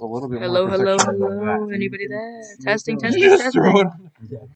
a little bit more Hello, hello, protection than hello. that. So you Anybody can there? sneak Testing, in. testing, You just testing. throw it.